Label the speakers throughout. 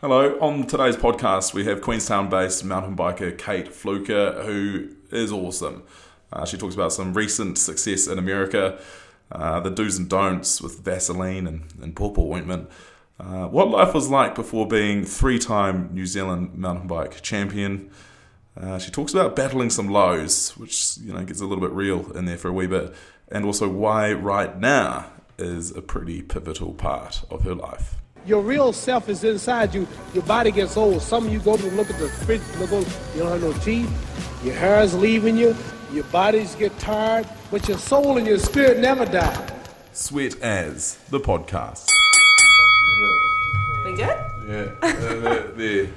Speaker 1: Hello. On today's podcast, we have Queenstown based mountain biker Kate Fluker, who is awesome. Uh, she talks about some recent success in America, uh, the do's and don'ts with Vaseline and, and pawpaw ointment, uh, what life was like before being three time New Zealand mountain bike champion. Uh, she talks about battling some lows, which you know gets a little bit real in there for a wee bit, and also why right now is a pretty pivotal part of her life.
Speaker 2: Your real self is inside you. Your body gets old. Some of you go to look at the fridge, look on, you don't have no teeth. Your hair's leaving you. Your bodies get tired, but your soul and your spirit never die.
Speaker 1: Sweat as the podcast.
Speaker 3: We good?
Speaker 1: Yeah, there, there.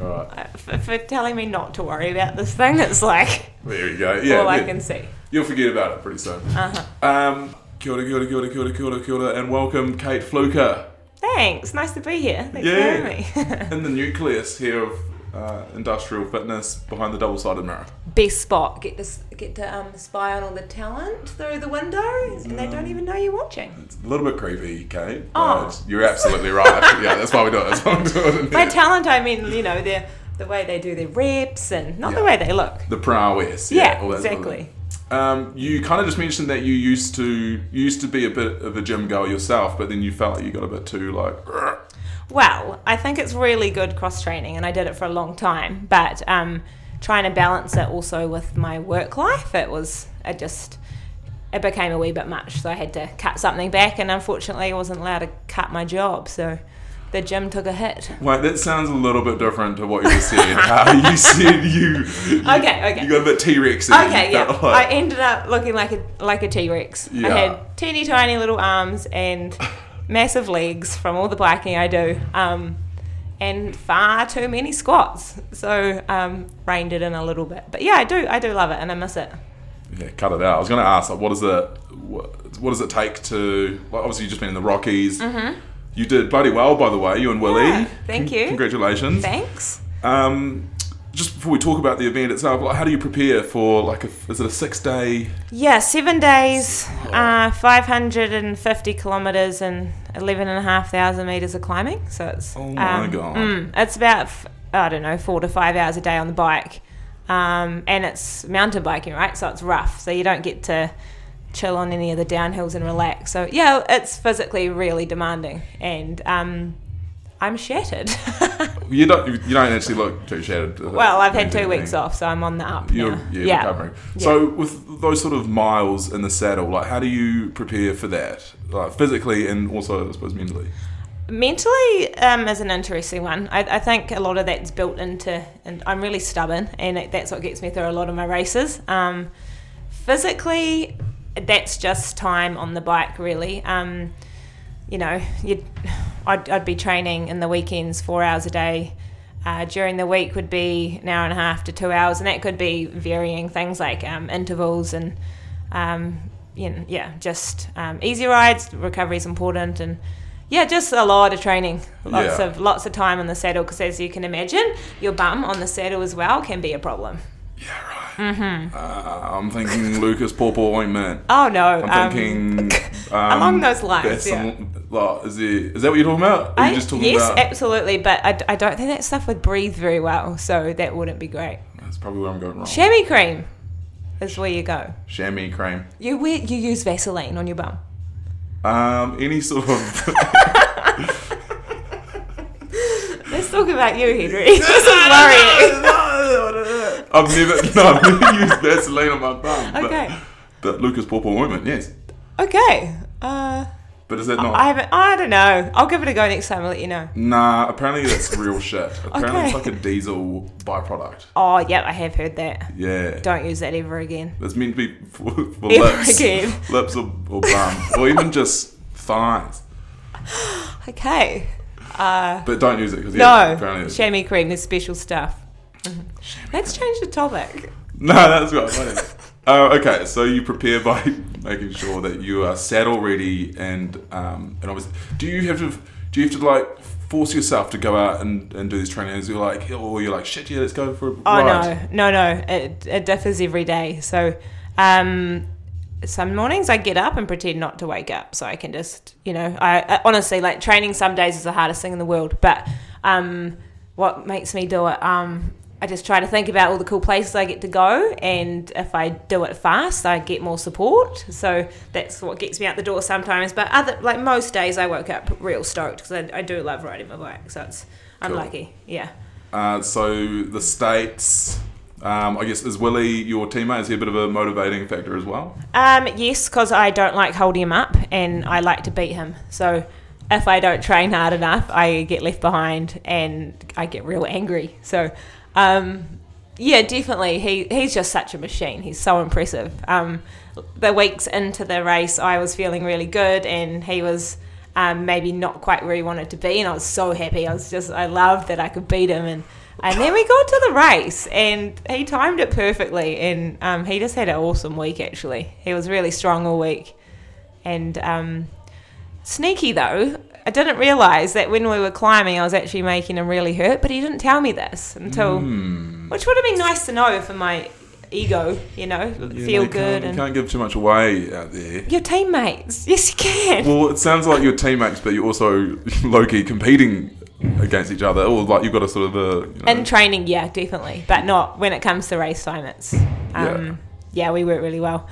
Speaker 1: All right,
Speaker 3: For, for telling me not to worry about this thing, it's like
Speaker 1: there we go. Yeah,
Speaker 3: all I
Speaker 1: there.
Speaker 3: can see.
Speaker 1: You'll forget about it pretty soon. Uh-huh. Um, kia ora, kia ora, kia ora, kia ora, kia ora, kia ora, and welcome Kate Fluker.
Speaker 3: Thanks. Nice to be here. Thanks
Speaker 1: Yeah.
Speaker 3: for having me.
Speaker 1: in the nucleus here of uh, industrial fitness behind the double-sided mirror.
Speaker 3: Best spot. Get to s- get to um, spy on all the talent through the window, and they
Speaker 1: Mm.
Speaker 3: don't even know you're watching.
Speaker 1: It's a little bit creepy, Kate.
Speaker 3: Oh.
Speaker 1: but You're absolutely right. yeah, that's why we do it. That's why we do it. in
Speaker 3: By
Speaker 1: here.
Speaker 3: talent, I mean you know their the way they do their reps and not
Speaker 1: Yeah.
Speaker 3: the way they look.
Speaker 1: the prowess.
Speaker 3: Yeah,
Speaker 1: all that sort of
Speaker 3: exactly.
Speaker 1: thing. Um, you kind of just mentioned that you used to you used to be a bit of a gym girl yourself, but then you felt like you got a bit too like.
Speaker 3: Well, I think it's really good cross training, and I did it for a long time. But um, trying to balance it also with my work life, it was it just it became a wee bit much. So I had to cut something back, and unfortunately, I wasn't allowed to cut my job. So the gym took a hit.
Speaker 1: Wait, that sounds a little bit different to what you just said. How you said you.
Speaker 3: Okay, okay.
Speaker 1: You got a bit T Rex.
Speaker 3: Okay, yeah. I ended up looking like a like a T Rex. I
Speaker 1: Yeah.
Speaker 3: had teeny tiny little arms and massive legs from all the biking I do, um, and far too many squats. So um, reined it in a little bit. But yeah, I do I do love it and I miss it.
Speaker 1: Yeah, cut it out. I was going to ask, like, what is it? What, what does it take to? Like, obviously, you've just been in the Rockies. Mm-hmm. You did bloody well, by the way. You and Willie.
Speaker 3: Yeah, thank you.
Speaker 1: Congratulations.
Speaker 3: Thanks.
Speaker 1: Um, just before we talk about the event itself, like, how do you prepare for like a? Is it a six day?
Speaker 3: Yeah, seven days,
Speaker 1: Oh.
Speaker 3: uh, 550 kilometres and 11,500 metres of climbing. So it's.
Speaker 1: Oh my God.
Speaker 3: mm, it's about, f- I don't know, four to five hours a day on the bike. Um, and it's mountain biking, right? So it's rough. So you don't get to chill on any of the downhills and relax. So yeah, it's physically really demanding. And um, I'm shattered.
Speaker 1: You don't. You don't actually look too shattered.
Speaker 3: well, I've had two weeks off, so I'm on the up.
Speaker 1: You're
Speaker 3: now.
Speaker 1: yeah, recovering. So with those sort of miles in the saddle, like how do you prepare for that, like physically and also I suppose mentally?
Speaker 3: mentally um, is an interesting one. I, I think a lot of that's built into, and I'm really stubborn, and it, that's what gets me through a lot of my races. Um, physically, that's just time on the bike, really. Um, you know, you'd, I'd, I'd be training in the weekends four hours a day. Uh, during the week would be an hour and a half to two hours, and that could be varying things like um, intervals and, um, you know, yeah, just um, easy rides. Recovery is important, and yeah, just a lot of training, lots
Speaker 1: Yeah.
Speaker 3: of lots of time on the saddle. Because as you can imagine, your bum on the saddle as well can be a problem.
Speaker 1: Uh, I'm thinking Lucas Pawpaw ointment.
Speaker 3: Oh no,
Speaker 1: I'm
Speaker 3: um,
Speaker 1: thinking um,
Speaker 3: along those lines,
Speaker 1: there's
Speaker 3: yeah.
Speaker 1: some- like, is, it, is that what you're talking about? Or are
Speaker 3: I-
Speaker 1: you just talking
Speaker 3: yes,
Speaker 1: about?
Speaker 3: absolutely, but I, d- I don't think that stuff would breathe very well, so that wouldn't be great.
Speaker 1: That's probably where I'm going wrong.
Speaker 3: Chamois cream is where you go.
Speaker 1: Chamois cream.
Speaker 3: You wear, you use Vaseline on your bum.
Speaker 1: Um, any sort of.
Speaker 3: Let's talk about you, Henry. this is worrying.
Speaker 1: I've never no, I've never used Vaseline on my bum. but-
Speaker 3: Okay.
Speaker 1: But Lucas Pawpaw ointment, yes.
Speaker 3: Okay. Uh,
Speaker 1: But is that not?
Speaker 3: I haven't. I don't know. I'll give it a go next time. I'll let you know.
Speaker 1: nah, apparently that's real shit. Apparently it's like
Speaker 3: Okay.
Speaker 1: a diesel byproduct.
Speaker 3: Oh, yep. I have heard that.
Speaker 1: Yeah.
Speaker 3: Don't use that ever again.
Speaker 1: It's meant to be for, for
Speaker 3: Ever
Speaker 1: lips,
Speaker 3: again.
Speaker 1: lips or, or bum, or even just thighs.
Speaker 3: Okay.
Speaker 1: But don't use it because apparently
Speaker 3: no.
Speaker 1: it's
Speaker 3: Chamois cream is special stuff. Mhm. Let's change the topic.
Speaker 1: No, that's what I wanted. Oh, okay. So you prepare by making sure that you are saddle ready, and um, and obviously, do you have to do you have to like force yourself to go out and, and do these trainings? You're like, "Oh," or you're like, shit, yeah, let's go for a
Speaker 3: Oh
Speaker 1: ride.
Speaker 3: no, no, no! It, it differs every day. So, um, some mornings I get up and pretend not to wake up, so I can just, you know, I, I honestly like training. Some days is the hardest thing in the world, but Um, what makes me do it? Um, I just try to think about all the cool places I get to go, and if I do it fast, I get more support. So that's what gets me out the door sometimes. But other like most days, I woke up real stoked because I, I do love riding my bike. So it's I'm
Speaker 1: Cool.
Speaker 3: lucky. Yeah.
Speaker 1: Uh, so the states. Um, I guess is Willie your teammate? Is he a bit of a motivating factor as well?
Speaker 3: Um, yes, because I don't like holding him up, and I like to beat him. So if I don't train hard enough, I get left behind, and I get real angry. So um, yeah, definitely, he he's just such a machine. He's so impressive. Um, the weeks into the race, I was feeling really good, and he was. Um, maybe not quite where he wanted to be, and I was so happy. I was just, I loved that I could beat him, and and then we got to the race, and he timed it perfectly. And um, he just had an awesome week, actually. He was really strong all week. And um, sneaky, though, I didn't realise that when we were climbing, I was actually making him really hurt, but he didn't tell me this until.
Speaker 1: Hmm.
Speaker 3: Which would have been nice to know for my ego, you know,
Speaker 1: Yeah,
Speaker 3: feel
Speaker 1: you
Speaker 3: good.
Speaker 1: Can't, you
Speaker 3: and
Speaker 1: can't give too much away out there.
Speaker 3: Your teammates. Yes, you can.
Speaker 1: Well, it sounds like you're teammates, but you're also low key competing against each other, or like you've got a sort of a. You know,
Speaker 3: In training, yeah, definitely, but not when it comes to race time. It's um, yeah. we work really well.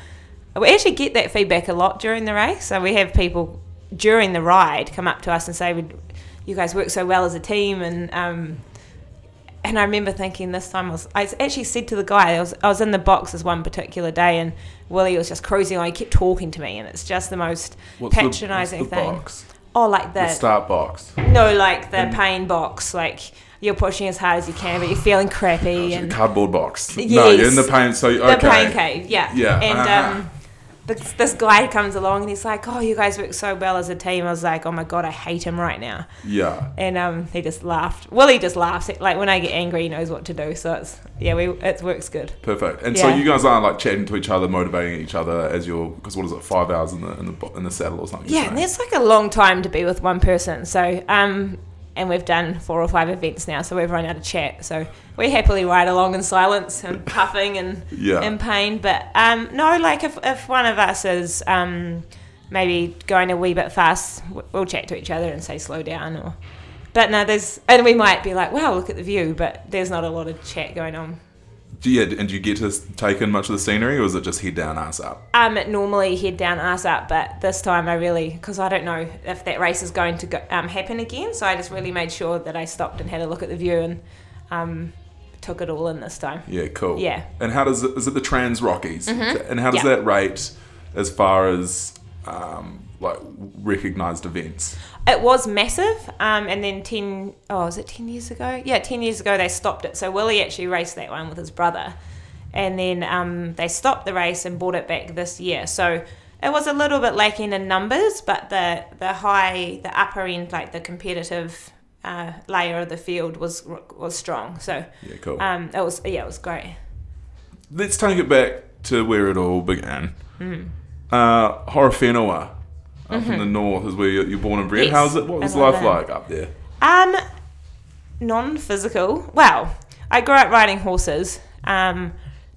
Speaker 3: We actually get that feedback a lot during the race. So we have people during the ride come up to us and say, "Would- "You guys work so well as a team," and um, and I remember thinking this time I was I actually said to the guy I was I was in the box this one particular day and Willie was just cruising on. He kept talking to me, and it's just the most
Speaker 1: what's the- what's
Speaker 3: patronising
Speaker 1: the
Speaker 3: thing.
Speaker 1: box?
Speaker 3: Oh, like
Speaker 1: The
Speaker 3: the
Speaker 1: start box.
Speaker 3: no, like the pain box, like you're pushing as hard as you can, but you're feeling crappy
Speaker 1: The
Speaker 3: and
Speaker 1: cardboard box. No, you're in the
Speaker 3: Yes.
Speaker 1: pain. So
Speaker 3: the
Speaker 1: okay.
Speaker 3: pain cave, yeah,
Speaker 1: Yeah,
Speaker 3: And
Speaker 1: uh-huh.
Speaker 3: um, this, this guy comes along and he's like, "Oh, you guys work so well as a team." I was like, "Oh my god, I hate him right now,"
Speaker 1: Yeah.
Speaker 3: and um, he just laughed. Willie just laughs. Like when I get angry, he knows what to do. So it's yeah, we it works good.
Speaker 1: Perfect. And so
Speaker 3: Yeah.
Speaker 1: you guys are like chatting to each other, motivating each other as you're because what is it, five hours in the in the, bo- in the saddle or something?
Speaker 3: Yeah, and that's like a long time to be with one person. So, um, and we've done four or five events now, so we've run out of chat. So we happily ride along in silence and puffing and
Speaker 1: Yeah.
Speaker 3: in pain. But um, no, like if, if one of us is um, maybe going a wee bit fast, w- we'll chat to each other and say slow down. Or, but no, there's and we might be like, wow, look at the view, but there's not a lot of chat going on.
Speaker 1: Do you, and do you get to s- take in much of the scenery, or is it just head down, ass up?
Speaker 3: um, normally head down, ass up, but this time I really, because I don't know if that race is going to go, um, happen again, so I just really made sure that I stopped and had a look at the view and um, took it all in this time.
Speaker 1: Yeah, cool.
Speaker 3: Yeah. Mm-hmm.
Speaker 1: And how does it, is it the Trans Rockies? And how does
Speaker 3: Yeah.
Speaker 1: that rate as far as um, like recognized events?
Speaker 3: It was massive, um, and then 10, oh, is it 10 years ago? Yeah, 10 years ago they stopped it. So Willie actually raced that one with his brother, and then um, they stopped the race and brought it back this year. So it was a little bit lacking in numbers, but the, the high, the upper end, like the competitive uh, layer of the field was was strong. So
Speaker 1: Yeah, cool.
Speaker 3: um, it was, yeah, it was great.
Speaker 1: Let's take it back to where it all began.
Speaker 3: Hmm.
Speaker 1: Uh, Horowhenua, up in the north, is where you're, you're born and bred.
Speaker 3: Mm-hmm. Yes,
Speaker 1: How's it? What
Speaker 3: I
Speaker 1: was
Speaker 3: love
Speaker 1: life
Speaker 3: that.
Speaker 1: like up there?
Speaker 3: Um, non-physical. Well, I grew up riding horses, um,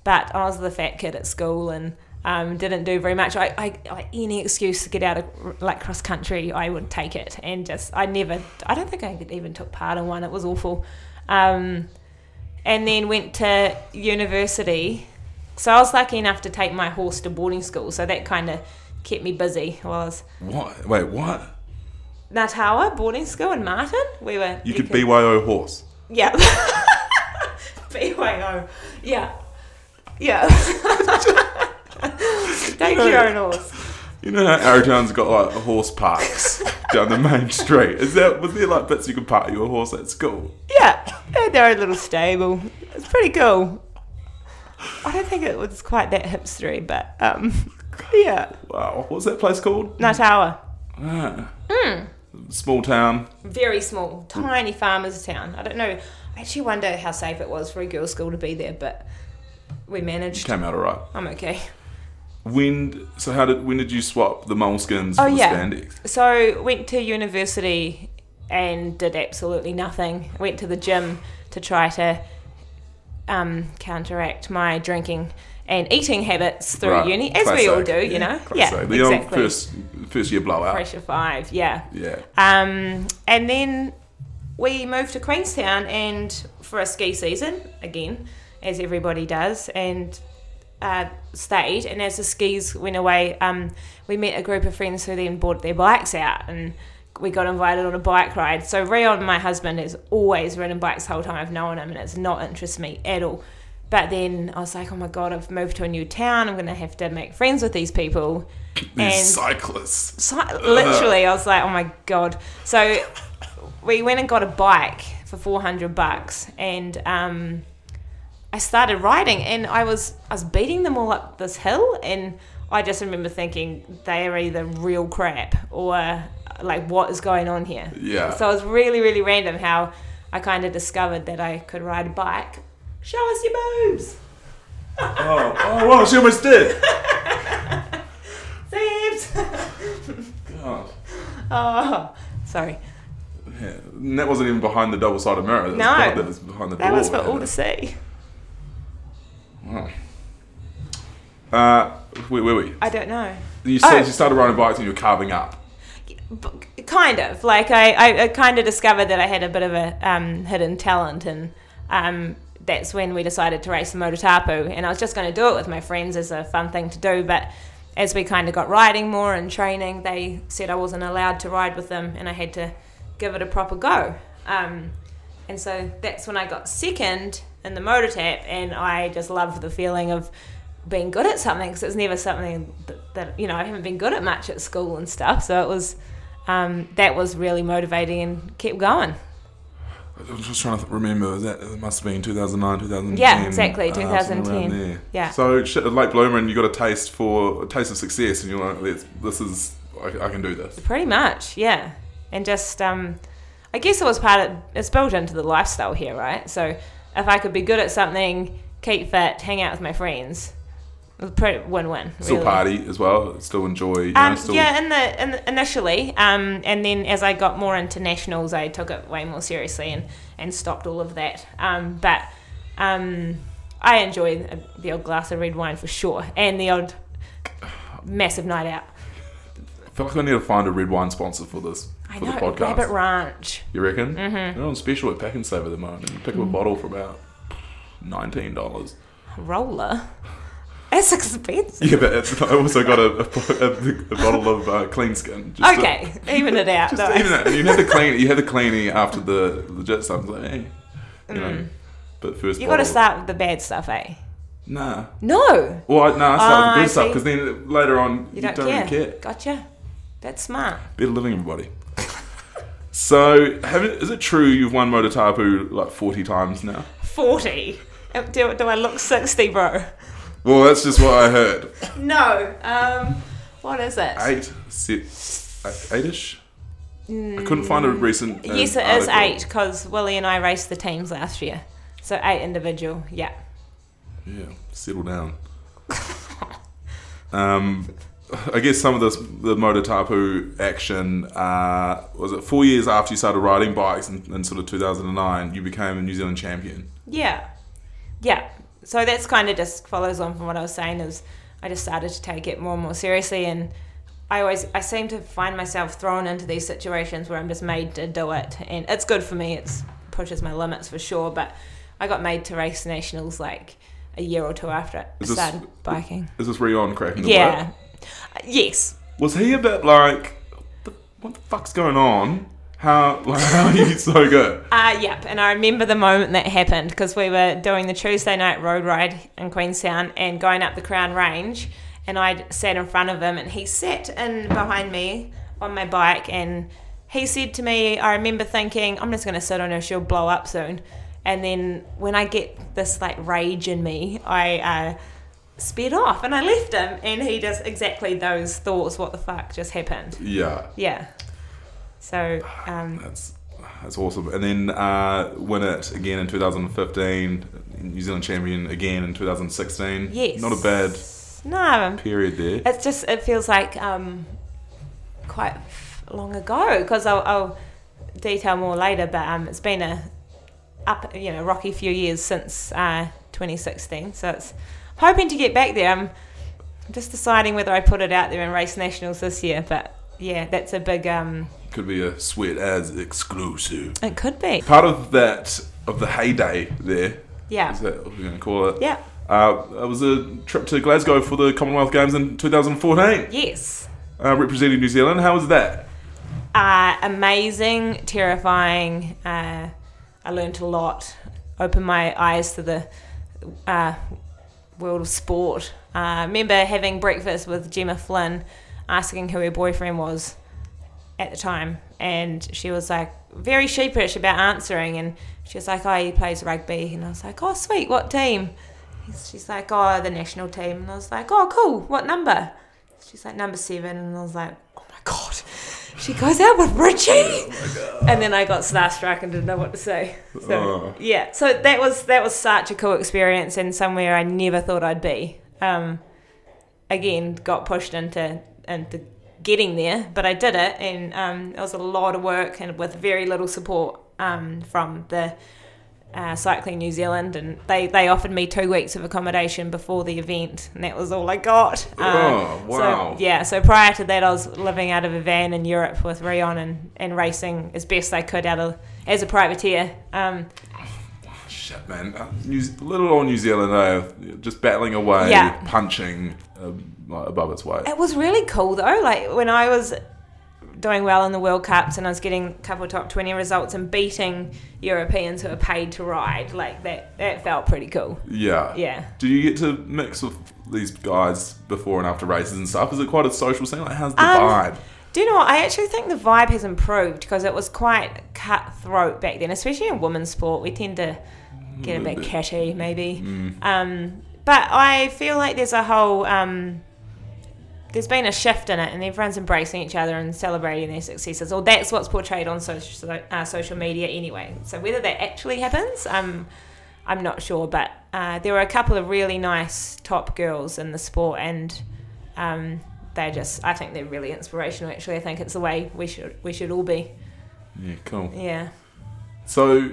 Speaker 3: but I was the fat kid at school and um, didn't do very much. I, I, I any excuse to get out of like cross country, I would take it, and just I never. I don't think I even took part in one. It was awful. Um, and then went to university. So I was lucky enough to take my horse to boarding school, so that kind of kept me busy while I was
Speaker 1: What? Wait, what?
Speaker 3: Natawa boarding school in Martin. We were
Speaker 1: You could BYO horse.
Speaker 3: yeah. BYO. Yeah. Yeah. Take your own horse.
Speaker 1: You know how Arrowtown's got like horse parks down the main street. Is that was there like bits you could park your horse at school?
Speaker 3: Yeah. They had their own little stable. It's pretty cool. I don't think it was quite that hipstery, but um, yeah.
Speaker 1: Wow, what's that place called?
Speaker 3: Natawa.
Speaker 1: Ah.
Speaker 3: Hmm.
Speaker 1: Small town.
Speaker 3: Very small, tiny farmer's town. I don't know. I actually wonder how safe it was for a girls' school to be there, but we managed.
Speaker 1: Came out alright.
Speaker 3: I'm okay.
Speaker 1: When so how did when did you swap the moleskins
Speaker 3: Oh
Speaker 1: for
Speaker 3: yeah.
Speaker 1: the spandex?
Speaker 3: So went to university and did absolutely nothing. Went to the gym to try to um, counteract my drinking and eating habits through
Speaker 1: Right,
Speaker 3: uni, as we all
Speaker 1: classic.
Speaker 3: do, you know.
Speaker 1: classic. the old
Speaker 3: exactly.
Speaker 1: first first year blowout.
Speaker 3: Pressure five, yeah.
Speaker 1: Yeah.
Speaker 3: Um, and then we moved to Queenstown and for a ski season again, as everybody does, and uh, stayed. And as the skis went away, um, we met a group of friends who then bought their bikes out and we got invited on a bike ride. So Rion, my husband, has always ridden bikes the whole time I've known him, and it's not interest me at all. But then I was like, oh my god, I've moved to a new town. I'm gonna have to make friends with these people.
Speaker 1: These cyclists.
Speaker 3: So, literally, I was like, oh my god. So we went and got a bike for 400 bucks and um, I started riding and I was I was beating them all up this hill and I just remember thinking they are either real crap or like what is going on here.
Speaker 1: Yeah.
Speaker 3: So it was really really random how I kind of discovered that I could ride a bike. Show us your boobs.
Speaker 1: Oh, oh wow, she almost did.
Speaker 3: Zebs.
Speaker 1: God.
Speaker 3: oh, sorry.
Speaker 1: And that wasn't even behind the double sided mirror. That
Speaker 3: No.
Speaker 1: was behind- that was behind the
Speaker 3: That
Speaker 1: door.
Speaker 3: was for all to see.
Speaker 1: Uh, wait, wait, wait.
Speaker 3: I don't know.
Speaker 1: You said
Speaker 3: Oh.
Speaker 1: you started riding bikes and you were carving up.
Speaker 3: B- kind of like I, I, I kind of discovered that I had a bit of a um, hidden talent and um, that's when we decided to race the Mototapu and I was just going to do it with my friends as a fun thing to do but as we kind of got riding more and training they said I wasn't allowed to ride with them and I had to give it a proper go um, and so that's when I got second in the motor tap, and I just love the feeling of being good at something because it's never something that, that you know I haven't been good at much at school and stuff. So it was um, that was really motivating and kept going.
Speaker 1: I'm just trying to remember. Was that it must have been 2009, 2010.
Speaker 3: Yeah, exactly,
Speaker 1: uh, something around
Speaker 3: 2010.
Speaker 1: there.
Speaker 3: Yeah.
Speaker 1: So shit, a late bloomer, and you got a taste for a taste of success, and you're like, "This, this is, I, I can do this."
Speaker 3: Pretty much, yeah. And just, um, I guess it was part of, it's built into the lifestyle here, right? So if I could be good at something, keep fit, hang out with my friends, it was pretty win-win.
Speaker 1: Still
Speaker 3: really.
Speaker 1: party as well. Still enjoy. You know,
Speaker 3: Um,
Speaker 1: still,
Speaker 3: yeah, in the, in the initially, um, and then as I got more into nationals, I took it way more seriously and, and stopped all of that. Um, but um, I enjoy a- the old glass of red wine for sure, and the old massive night out.
Speaker 1: I feel like I need to find a red wine sponsor for this
Speaker 3: I
Speaker 1: for
Speaker 3: know
Speaker 1: the podcast.
Speaker 3: Rabbit Ranch.
Speaker 1: You reckon? Mm-hmm. They're on special at Pack and Save at the moment. You
Speaker 3: Mm.
Speaker 1: pick up a bottle for about nineteen dollars.
Speaker 3: roller. It's expensive.
Speaker 1: Yeah, but it's, I also got a, a, a- a bottle of uh, clean skin. Just to-
Speaker 3: Okay, even it out.
Speaker 1: just
Speaker 3: nice.
Speaker 1: even that, you had the clean. You had the cleaning after the legit stuff. It's Like, hey, you know. But first,
Speaker 3: Mm. you got to
Speaker 1: bottle-
Speaker 3: start with the bad stuff, eh?
Speaker 1: Nah.
Speaker 3: No,
Speaker 1: Well, I, nah, I
Speaker 3: Ah,
Speaker 1: start
Speaker 3: I
Speaker 1: with the
Speaker 3: see.
Speaker 1: good stuff because then later on you,
Speaker 3: you don't,
Speaker 1: don't,
Speaker 3: care.
Speaker 1: even care.
Speaker 3: Gotcha. That's smart.
Speaker 1: Better living, everybody. so, have it, is it true you've won Mototapu like forty times now?
Speaker 3: Forty. Do, do I look sixty, bro?
Speaker 1: Well, that's just what I heard.
Speaker 3: No. Um, what is it?
Speaker 1: Eight, six, eight-ish. I couldn't find a recent. um,
Speaker 3: Mm. yes, it is
Speaker 1: article.
Speaker 3: eight because Willie and I raced the teams last year, so eight individual. Yeah.
Speaker 1: Yeah, settle down. um, I guess some of this the Mototapu action uh, was it four years after you started riding bikes in, in sort of 2009, you became a New Zealand champion.
Speaker 3: Yeah. Yeah. So that's kind of just follows on from what I was saying is I just started to take it more and more seriously and I always I seem to find myself thrown into these situations where I'm just made to do it and it's good for me. It's pushes my limits for sure, but I got made to race nationals like a year or two after I
Speaker 1: Is this-
Speaker 3: started biking.
Speaker 1: Is this Rion cracking the
Speaker 3: Yeah.
Speaker 1: whip?
Speaker 3: Uh, Yes.
Speaker 1: Was he a bit like, what the, what the fuck's going on? How like how are you so good?
Speaker 3: Uh, yep, and I remember the moment that happened because we were doing the Tuesday night road ride in Queenstown and going up the Crown Range, and I sat in front of him, and he sat in behind me on my bike, and he said to me, I remember thinking, I'm just going to sit on her, she'll blow up soon. And then when I get this like rage in me, I uh, sped off and I left him, and he just exactly those thoughts, what the fuck just happened?
Speaker 1: Yeah,
Speaker 3: Yeah. So, um,
Speaker 1: that's that's awesome. And then uh, win it again in 2015, New Zealand champion again in 2016.
Speaker 3: yes. Uh,
Speaker 1: not a bad
Speaker 3: No,
Speaker 1: period there.
Speaker 3: It's just it feels like um, quite long ago because I'll, I'll detail more later. But um, it's been a up you know rocky few years since uh, 2016. So it's I'm hoping to get back there. I'm I'm just deciding whether I put it out there and race nationals this year. But yeah, that's a big um,
Speaker 1: Could be a sweat ads exclusive.
Speaker 3: It could be.
Speaker 1: Part of that of the heyday there.
Speaker 3: Yeah.
Speaker 1: Is that what we're going to call it?
Speaker 3: Yeah.
Speaker 1: Uh, it was a trip to Glasgow for the Commonwealth Games in 2014,
Speaker 3: Yes.
Speaker 1: uh, representing New Zealand. How was that?
Speaker 3: Uh, amazing, terrifying. Uh, I learnt a lot. Opened my eyes to the uh, world of sport. Uh, I remember having breakfast with Gemma Flynn, asking who her boyfriend was at the time, and she was like very sheepish about answering, and she was like, "Oh, he plays rugby," and I was like, "Oh, sweet, what team?" He's- She's like, "Oh, the national team," and I was like, "Oh, cool, what number?" She's like number seven, and I was like, "Oh my god." She goes out with Richie, and then I got starstruck and didn't know what to say. So
Speaker 1: Oh.
Speaker 3: yeah, so that was that was such a cool experience and somewhere I never thought I'd be. Um, again, got pushed into into getting there, but I did it, and um, it was a lot of work and with very little support um, from the uh, Cycling New Zealand, and they, they offered me two weeks of accommodation before the event, and that was all I got. Um,
Speaker 1: Oh,
Speaker 3: so,
Speaker 1: wow.
Speaker 3: yeah, so prior to that, I was living out of a van in Europe with Rion and, and racing as best I could out of as a privateer. Um,
Speaker 1: Shit, man. Uh, New, little old New Zealand, eh? Just battling away,
Speaker 3: Yeah. Uh,
Speaker 1: punching uh, like, above its weight.
Speaker 3: It was really cool though. Like when I was doing well in the World Cups and I was getting a couple of top twenty results and beating Europeans who are paid to ride, like that that felt pretty cool.
Speaker 1: Yeah.
Speaker 3: Yeah.
Speaker 1: Do you get to mix with these guys before and after races and stuff? Is it quite a social scene? Like, how's the
Speaker 3: Um,
Speaker 1: vibe?
Speaker 3: Do you know what? I actually think the vibe has improved because it was quite cutthroat back then, especially in women's sport. We tend to get a bit catty, maybe. Um, but I feel like there's a whole. Um, there's been a shift in it, and everyone's embracing each other and celebrating their successes. Or that's what's portrayed on social uh, social media, anyway. So whether that actually happens, um, I'm not sure. But uh, there were a couple of really nice top girls in the sport, and um, they're just. I think they're really inspirational. Actually, I think it's the way we should we should all be.
Speaker 1: Yeah, cool.
Speaker 3: Yeah.
Speaker 1: So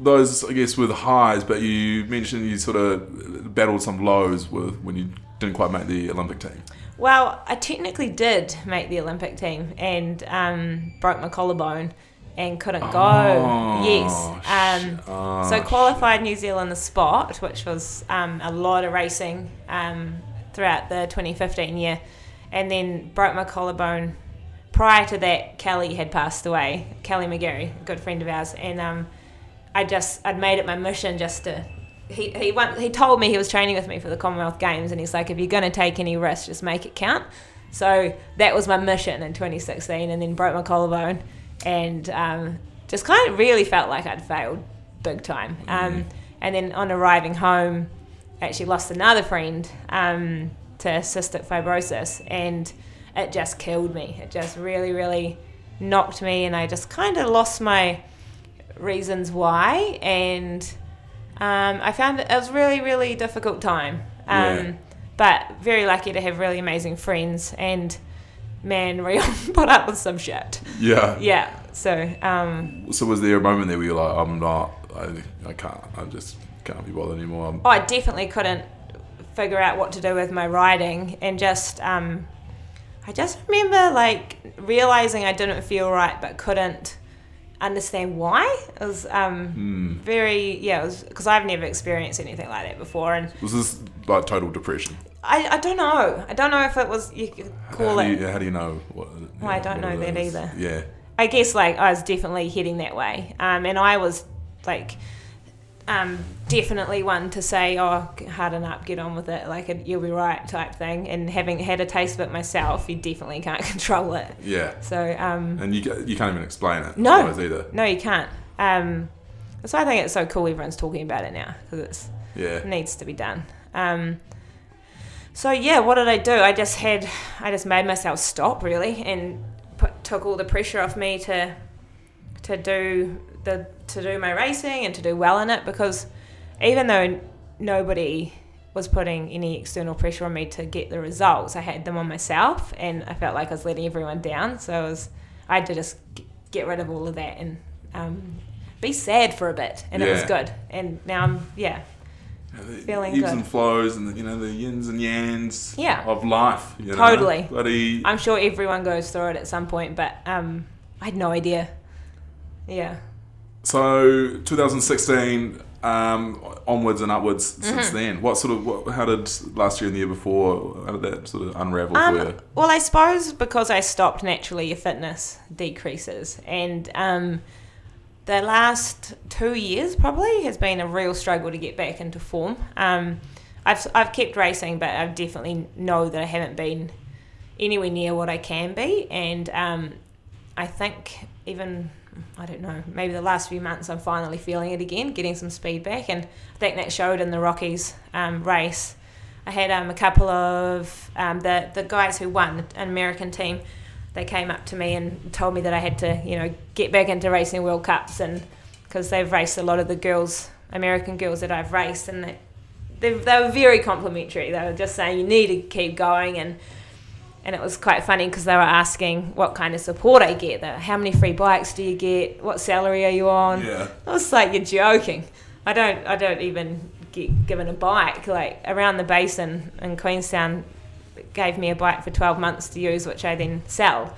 Speaker 1: those, I guess, were the highs, but you mentioned you sort of battled some lows with when you didn't quite make the Olympic team.
Speaker 3: Well, I technically did make the Olympic team and um, broke my collarbone and couldn't go.
Speaker 1: Oh,
Speaker 3: yes. Um,
Speaker 1: shit. Oh,
Speaker 3: so qualified New Zealand the spot, which was um, a lot of racing um, throughout the 2015 year, and then broke my collarbone. Prior to that, Kelly had passed away. Kelly McGarry, a good friend of ours, and um, I just I'd made it my mission just to. He he went, he told me he was training with me for the Commonwealth Games, and he's like, if you're going to take any risks, just make it count. So that was my mission in 2016, and then broke my collarbone, and um, just kind of really felt like I'd failed big time. Um, and then on arriving home, actually lost another friend um, to cystic fibrosis, and it just killed me. It just really, really knocked me, and I just kind of lost my reasons why, and um, I found it, it was really, really difficult time. Um,
Speaker 1: Yeah.
Speaker 3: But very lucky to have really amazing friends, and man, Rion put up with some shit.
Speaker 1: Yeah.
Speaker 3: Yeah, so um,
Speaker 1: So was there a moment there where you're like, I'm not, I, I can't, I just can't be bothered anymore. Um, I'm-
Speaker 3: oh, I definitely couldn't figure out what to do with my riding, and just um, I just remember like realizing I didn't feel right, but couldn't understand why. It was um, very yeah, it was because I've never experienced anything like that before, and
Speaker 1: Was this like total depression?
Speaker 3: I, I don't know. I don't know if it was you could call
Speaker 1: how,
Speaker 3: it.
Speaker 1: Do you, how do you know? What, yeah,
Speaker 3: I don't
Speaker 1: what
Speaker 3: know
Speaker 1: it
Speaker 3: that
Speaker 1: is?
Speaker 3: either.
Speaker 1: Yeah.
Speaker 3: I guess like I was definitely heading that way, um, and I was like um, definitely one to say, "Oh, harden up, get on with it, like it, you'll be right," type thing. And having had a taste of it myself, you definitely can't control it.
Speaker 1: Yeah.
Speaker 3: So um,
Speaker 1: And you, ca- you can't even explain it.
Speaker 3: No.
Speaker 1: otherwise Either.
Speaker 3: no, you can't. Um, that's why I think it's so cool. Everyone's talking about it now because it's
Speaker 1: Yeah.
Speaker 3: needs to be done. Um, so yeah, what did I do? I just had, I just made myself stop really, and put, took all the pressure off me to, to do the to do my racing and to do well in it because, even though nobody was putting any external pressure on me to get the results, I had them on myself, and I felt like I was letting everyone down. So I was, I had to just g- get rid of all of that and um, be sad for a bit, and it was
Speaker 1: Yeah.
Speaker 3: good. And now I'm yeah Feeling
Speaker 1: ebbs
Speaker 3: good.
Speaker 1: and flows, and the, you know the yins and yans
Speaker 3: Yeah.
Speaker 1: of life. You know?
Speaker 3: Totally.
Speaker 1: Bloody
Speaker 3: I'm sure everyone goes through it at some point, but um, I had no idea. Yeah.
Speaker 1: So 2016 um, onwards and upwards since
Speaker 3: Mm-hmm.
Speaker 1: then. What sort of what, how did last year and the year before how did that sort of unravel? for
Speaker 3: Um,
Speaker 1: you?
Speaker 3: well, I suppose because I stopped naturally, your fitness decreases, and um, the last two years probably has been a real struggle to get back into form. Um, I've I've kept racing, but I definitely know that I haven't been anywhere near what I can be, and um, I think even I don't know maybe the last few months I'm finally feeling it again, getting some speed back, and I think that showed in the Rockies um, race. I had um, a couple of um, the the guys who won an American team. They came up to me and told me that I had to, you know, get back into racing World Cups, and because they've raced a lot of the girls, American girls that I've raced, and they, they they were very complimentary. They were just saying you need to keep going, and and it was quite funny because they were asking what kind of support I get, that how many free bikes do you get, what salary are you on,
Speaker 1: Yeah.
Speaker 3: I was like, "You're joking." I don't. I don't even get given a bike. Like around the basin in Queenstown, it gave me a bike for 12 months to use, which I then sell.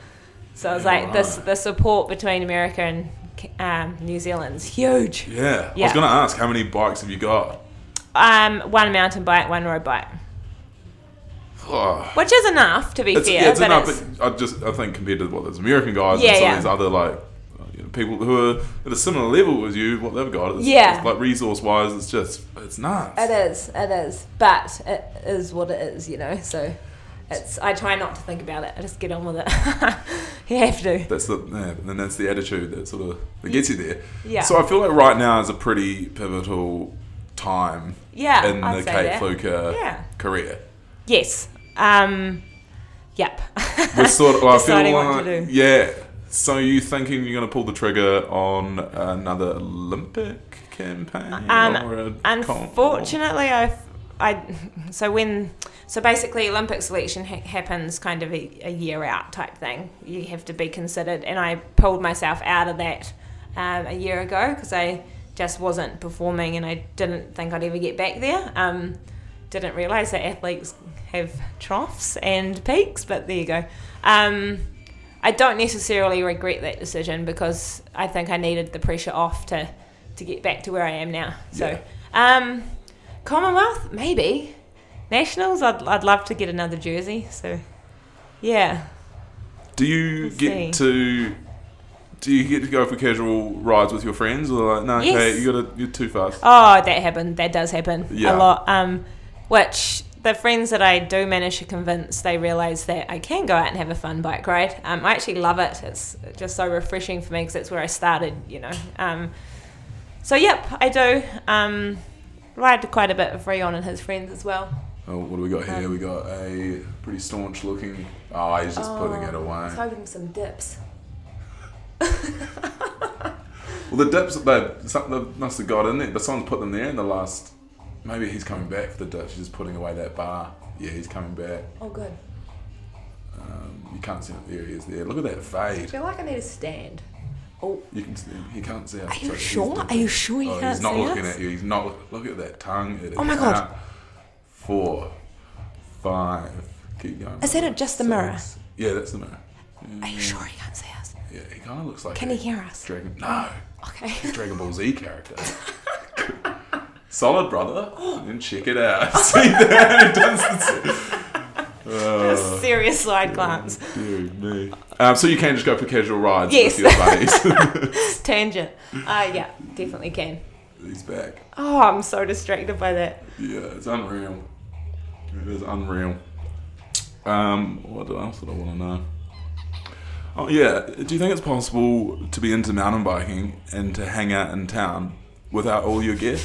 Speaker 3: So I was
Speaker 1: Yeah,
Speaker 3: like, "This
Speaker 1: right.
Speaker 3: the support between America and um, New Zealand's huge."
Speaker 1: Yeah. I was
Speaker 3: Yeah.
Speaker 1: going to ask how many bikes have you got?
Speaker 3: Um, one mountain bike, one road bike,
Speaker 1: Oh.
Speaker 3: which is enough to be
Speaker 1: It's,
Speaker 3: fair.
Speaker 1: yeah, it's
Speaker 3: but
Speaker 1: enough,
Speaker 3: it's,
Speaker 1: but I just I think compared to what those American guys
Speaker 3: Yeah,
Speaker 1: and some
Speaker 3: yeah.
Speaker 1: of these other like uh, you know, people who are at a similar level as you, what they've got, it's,
Speaker 3: Yeah.
Speaker 1: it's like resource wise, it's just it's nuts.
Speaker 3: it is. It is. But it is what it is, you know. So. It's, I try not to think about it. I just get on with it. you have to.
Speaker 1: That's the yeah, and that's the attitude that sort of that gets you there.
Speaker 3: Yeah.
Speaker 1: So I feel like right now is a pretty pivotal time.
Speaker 3: Yeah,
Speaker 1: In
Speaker 3: I'd
Speaker 1: the
Speaker 3: say
Speaker 1: Kate
Speaker 3: that.
Speaker 1: Fluker
Speaker 3: Yeah.
Speaker 1: career,
Speaker 3: Yes. Um, yep.
Speaker 1: we're sort of I
Speaker 3: Deciding
Speaker 1: feel like
Speaker 3: what to do.
Speaker 1: yeah. So you thinking you're going to pull the trigger on another Olympic campaign? or a
Speaker 3: Um,
Speaker 1: comp?
Speaker 3: unfortunately, I, I, so when, so basically, Olympic selection ha- happens kind of a, a year out type thing. You have to be considered, and I pulled myself out of that um, a year ago because I just wasn't performing, and I didn't think I'd ever get back there. Um, didn't realise that athletes have troughs and peaks, but there you go. Um, I don't necessarily regret that decision because I think I needed the pressure off to, to get back to where I am now. So,
Speaker 1: Yeah.
Speaker 3: um, Commonwealth, maybe. Nationals, I'd, I'd love to get another jersey. So, yeah.
Speaker 1: Do you
Speaker 3: Let's
Speaker 1: get
Speaker 3: see.
Speaker 1: to? Do you get to go for casual rides with your friends, or like no?
Speaker 3: Yes.
Speaker 1: Okay, you got to you're too fast.
Speaker 3: Oh, that happened. That does happen
Speaker 1: Yeah.
Speaker 3: a lot. Um, which the friends that I do manage to convince, they realise that I can go out and have a fun bike ride. Um, I actually love it. It's just so refreshing for me because it's where I started, you know. Um, so yep, I do um, ride quite a bit of Rion and his friends as well.
Speaker 1: Oh, what do we got here? We got a pretty staunch looking. Oh, he's just putting it
Speaker 3: I was
Speaker 1: away.
Speaker 3: hoping for some dips.
Speaker 1: Well, the dips they something they must have got in there, but someone's put them there in the last. Maybe he's coming back for the dips. He's just putting away that bar. Yeah, he's coming back.
Speaker 3: Oh, good.
Speaker 1: Um, you can't see it. There he is. There. Look at that fade.
Speaker 3: feel like I need a stand. Oh,
Speaker 1: You can. See, he can't see us.
Speaker 3: Are you
Speaker 1: so he's
Speaker 3: sure?
Speaker 1: looking-
Speaker 3: Are you sure he
Speaker 1: oh,
Speaker 3: can't
Speaker 1: He's not
Speaker 3: see
Speaker 1: looking
Speaker 3: us?
Speaker 1: at you. He's not. look- Look at that tongue. It
Speaker 3: Oh my
Speaker 1: is
Speaker 3: God.
Speaker 1: out. Four, five. Keep going.
Speaker 3: Is that it just the mirror?
Speaker 1: Yeah, that's the mirror.
Speaker 3: are you sure he can't see us?
Speaker 1: Yeah, he kind of looks like.
Speaker 3: Can
Speaker 1: a
Speaker 3: he hear us?
Speaker 1: Dragon. No.
Speaker 3: Okay.
Speaker 1: Dragon Ball Z character. Solid brother. And check it out. See that? It does-
Speaker 3: Serious side glance.
Speaker 1: Dude, me. Um, so you can just go for casual rides
Speaker 3: Yes.
Speaker 1: with your buddies.
Speaker 3: Tangent. Uh, yeah, definitely can.
Speaker 1: He's back.
Speaker 3: Oh, I'm so distracted by that.
Speaker 1: Yeah, it's unreal. It is unreal. Um, what else did I want to know? Oh yeah, do you think it's possible to be into mountain biking and to hang out in town without all your gear?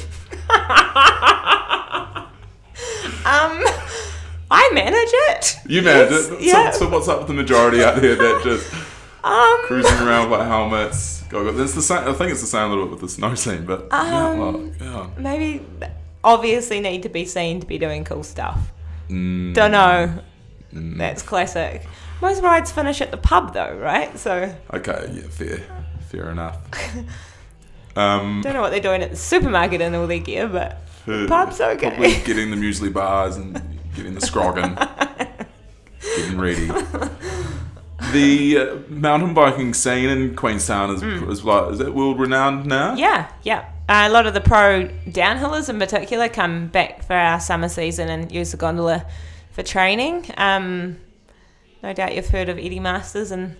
Speaker 3: Um, I manage it.
Speaker 1: You manage
Speaker 3: Yes,
Speaker 1: it.
Speaker 3: Yeah.
Speaker 1: So, so what's up with the majority out there that just
Speaker 3: um,
Speaker 1: cruising around without helmets. goggles. It's the same. I think it's the same a little bit with the snow scene, but yeah,
Speaker 3: Um,
Speaker 1: like, yeah.
Speaker 3: maybe obviously need to be seen to be doing cool stuff.
Speaker 1: Mm,
Speaker 3: Don't know. That's classic. Most rides finish at the pub though, right? So
Speaker 1: Okay, yeah, fair, fair enough. um,
Speaker 3: don't know what they're doing at the supermarket in all their gear, but
Speaker 1: Her-
Speaker 3: Pub's okay.
Speaker 1: Probably getting the muesli bars and getting the scroggin, getting ready. The uh, mountain biking scene in Queenstown is, is like is it world renowned now?
Speaker 3: Mm. Yeah, yeah. Uh, a lot of the pro downhillers in particular come back for our summer season and use the gondola for training. Um, no doubt you've heard of Eddie Masters and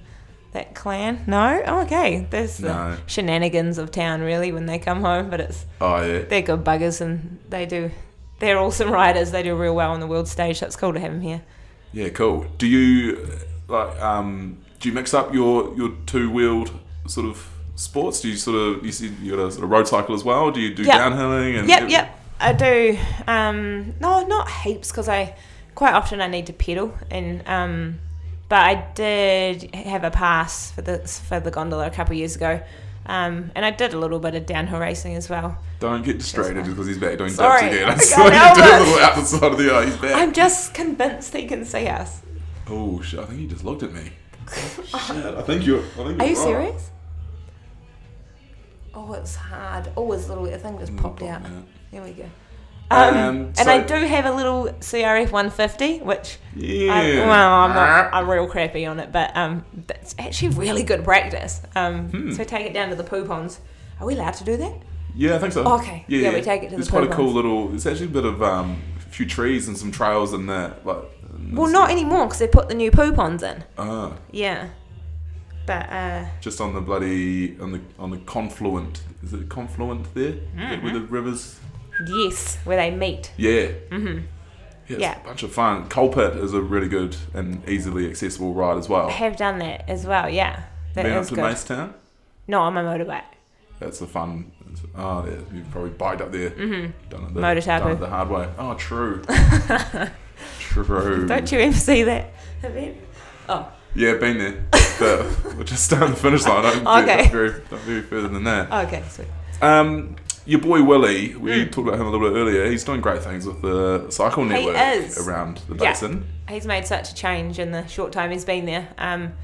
Speaker 3: that clan. No? Oh, okay. There's
Speaker 1: No.
Speaker 3: the shenanigans of town, really, when they come home, but it's
Speaker 1: Oh yeah.
Speaker 3: they're good buggers and they do. They're awesome riders. They do real well on the world stage, so it's cool to have them here.
Speaker 1: Yeah, cool. Do you uh, like um do you mix up your your two wheeled sort of sports? Do you sort of you see you got a sort of road cycle as well? Do you do
Speaker 3: Yeah.
Speaker 1: downhilling and
Speaker 3: Yep, yep. I do. Um, no, not heaps because I quite often I need to pedal, and um, but I did have a pass for the for the gondola a couple of years ago, um, and I did a little bit of downhill racing as well.
Speaker 1: Don't get distracted because he's back doing
Speaker 3: Sorry,
Speaker 1: dips again.
Speaker 3: I
Speaker 1: I saw you
Speaker 3: forgot
Speaker 1: do a
Speaker 3: Albert.
Speaker 1: little out the side of the eye. He's back.
Speaker 3: I'm just convinced he can see us.
Speaker 1: Oh shit! I think he just looked at me. Shit! I think you're. I think you're
Speaker 3: Are you
Speaker 1: right.
Speaker 3: serious? Oh, it's hard. Oh, his little thing just popped
Speaker 1: popped
Speaker 3: out.
Speaker 1: out.
Speaker 3: There we go.
Speaker 1: Mm, Um,
Speaker 3: Um,
Speaker 1: so-
Speaker 3: and I do have a little CRF 150, which
Speaker 1: Yeah. Ah.
Speaker 3: I, Um, well, I'm, not, I'm real crappy on it, but um, that's actually really good practice. Um, So take it down to the poo ponds. Are we allowed to do that?
Speaker 1: yeah, I think so.
Speaker 3: Oh, Okay. Yeah, we take it to
Speaker 1: It's
Speaker 3: the
Speaker 1: quite a
Speaker 3: playground.
Speaker 1: cool little. It's actually a bit of um, a few trees and some trails in there. Like. in
Speaker 3: Well,
Speaker 1: this-
Speaker 3: not anymore because they put the new poo ponds in.
Speaker 1: Ah,
Speaker 3: Yeah, but uh,
Speaker 1: just on the bloody on the on the confluent. Is it confluent there? Yeah, Where the
Speaker 3: Mm-hmm.
Speaker 1: rivers.
Speaker 3: yes, where they meet.
Speaker 1: Yeah. Mm-hmm. Yeah, it's
Speaker 3: Yeah.
Speaker 1: a bunch of fun. Culpit is a really good and easily accessible ride as well.
Speaker 3: I have done that as well. Yeah, that
Speaker 1: Been up
Speaker 3: is
Speaker 1: to
Speaker 3: good.
Speaker 1: Mace Town.
Speaker 3: No, on my motorbike.
Speaker 1: That's the fun. Oh, yeah, you've probably biked up there. Mm-hmm. Done it the,
Speaker 3: Motor
Speaker 1: done
Speaker 3: tapu.
Speaker 1: it the hard way. Oh, true. true.
Speaker 3: Don't you ever see that event? Oh,
Speaker 1: Yeah, been there. But we're just down the finish line. I don't
Speaker 3: Okay.
Speaker 1: okay. Not very, not very further than that.
Speaker 3: okay, sweet.
Speaker 1: Um, your boy Willie, we
Speaker 3: Hmm.
Speaker 1: talked about him a little bit earlier. He's doing great things with the cycle network
Speaker 3: is.
Speaker 1: around the
Speaker 3: Yeah.
Speaker 1: basin.
Speaker 3: he's made such a change in the short time he's been there. Um,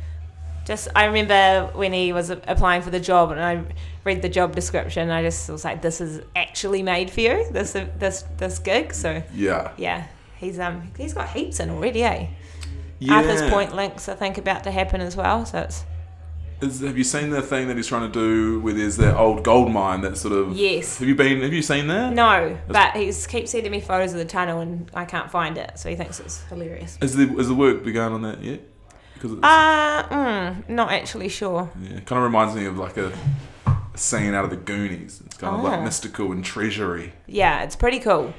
Speaker 3: just I remember when he was applying for the job, and I read the job description. And I just was like, "This is actually made for you. This this this gig." So
Speaker 1: Yeah.
Speaker 3: yeah, he's um he's got heaps in already. Eh?
Speaker 1: yeah.
Speaker 3: Arthur's Point links I think about to happen as well. So it's
Speaker 1: Is, have you seen the thing that he's trying to do where there's that old gold mine that sort of.
Speaker 3: Yes.
Speaker 1: Have you been? Have you seen that?
Speaker 3: no, but he's keeps sending me photos of the tunnel, and I can't find it. So he thinks it's hilarious.
Speaker 1: Has the, has the work begun on that yet? Because it's,
Speaker 3: Uh, mm, not actually sure.
Speaker 1: yeah, it kind of reminds me of like a, a scene out of the Goonies. It's kind of like
Speaker 3: Ah.
Speaker 1: mystical and treasury.
Speaker 3: Yeah, it's pretty cool.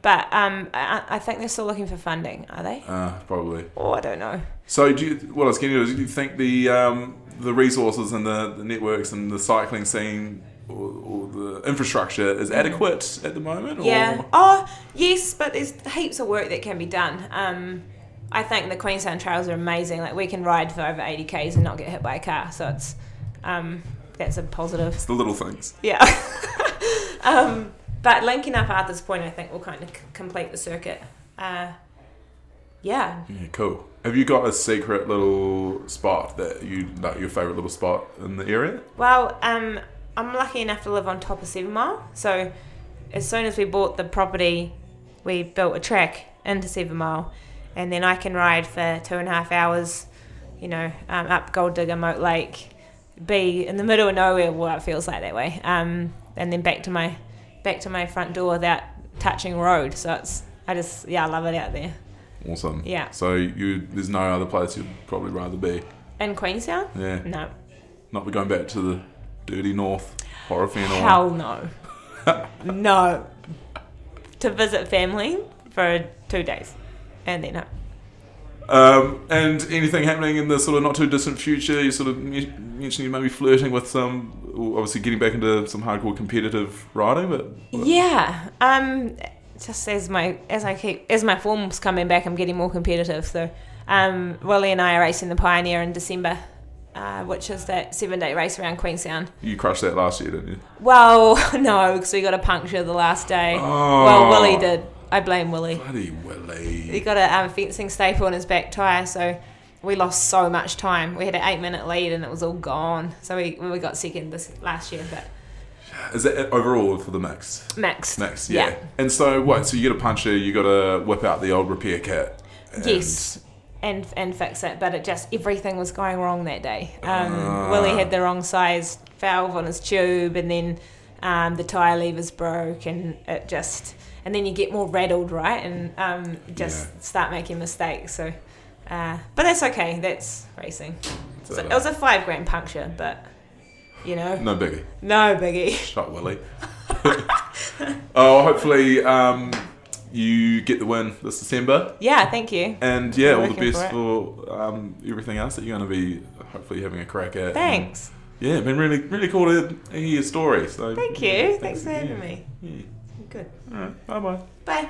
Speaker 3: But um, I, I think they're still looking for funding, are they?
Speaker 1: Uh, probably.
Speaker 3: Oh, I don't know.
Speaker 1: So, do you, what I was getting at is, do you think the um, the resources and the, the networks and the cycling scene or, or the infrastructure is adequate at the moment?
Speaker 3: Yeah.
Speaker 1: Or?
Speaker 3: Oh, yes, but there's heaps of work that can be done. Um, I think the Queensland trails are amazing. Like we can ride for over 80 k's and not get hit by a car, so it's um, that's a positive.
Speaker 1: It's the little things.
Speaker 3: Yeah. um, but linking up Arthur's Point, I think, will kind of c- complete the circuit. Uh, yeah.
Speaker 1: Yeah, cool. Have you got a secret little spot that you like your favorite little spot in the area?
Speaker 3: Well, um, I'm lucky enough to live on top of Seven Mile. So as soon as we bought the property, we built a track into Seven Mile, and then I can ride for two and a half hours, you know, um, up Gold Digger Moat Lake, be in the middle of nowhere. Well, it feels like that way, um, and then back to my back to my front door without touching road. So it's I just yeah, I love it out there
Speaker 1: Awesome.
Speaker 3: Yeah.
Speaker 1: So you there's no other place you'd probably rather be.
Speaker 3: in Queenstown.
Speaker 1: Yeah.
Speaker 3: No,
Speaker 1: Not be going back to the dirty north, horrifying.
Speaker 3: Hell no. no. To visit family for two days and then home.
Speaker 1: Um, and anything happening in the sort of not too distant future? You sort of me- mentioned you maybe flirting with some, obviously getting back into some hardcore competitive riding, but
Speaker 3: Yeah. Um just as my as I keep as my form's coming back I'm getting more competitive. So um Willie and I are racing the Pioneer in December. Uh, which is that seven day race around Queenstown.
Speaker 1: you crushed that last year, didn't you?
Speaker 3: Well, no, because we got a puncture the last day.
Speaker 1: Oh.
Speaker 3: Well, Willie did. I blame Willie.
Speaker 1: Bloody Willie.
Speaker 3: he got a um, fencing staple in his back tyre, so we lost so much time. We had an eight minute lead and it was all gone. So we, we got second this last year, but
Speaker 1: Is that it overall for the mix?
Speaker 3: Mixed.
Speaker 1: Mix, yeah. And so what? So you got a puncher, you got to whip out the old repair kit. and-
Speaker 3: Yes. And, and fix it, but it just everything was going wrong that day.
Speaker 1: Ah.
Speaker 3: Um, Willie had the wrong size valve on his tube, and then um, the tire levers broke, and it just and then you get more rattled, right? And um, just
Speaker 1: Yeah.
Speaker 3: start making mistakes. So, uh, but that's okay. That's racing.
Speaker 1: So,
Speaker 3: So it was a five grand puncture, but you know,
Speaker 1: no biggie.
Speaker 3: no biggie.
Speaker 1: Shut Willie. oh, hopefully um, you get the win this December.
Speaker 3: Yeah, thank you.
Speaker 1: And yeah, all the
Speaker 3: Looking
Speaker 1: best
Speaker 3: for
Speaker 1: for, um, everything else that you're going to be hopefully having a crack at.
Speaker 3: Thanks.
Speaker 1: And, yeah, been really really cool to hear your story. So
Speaker 3: Thank
Speaker 1: yeah,
Speaker 3: you. Thanks for
Speaker 1: yeah,
Speaker 3: having me.
Speaker 1: Yeah.
Speaker 3: Good.
Speaker 1: All right. Bye bye.
Speaker 3: Bye.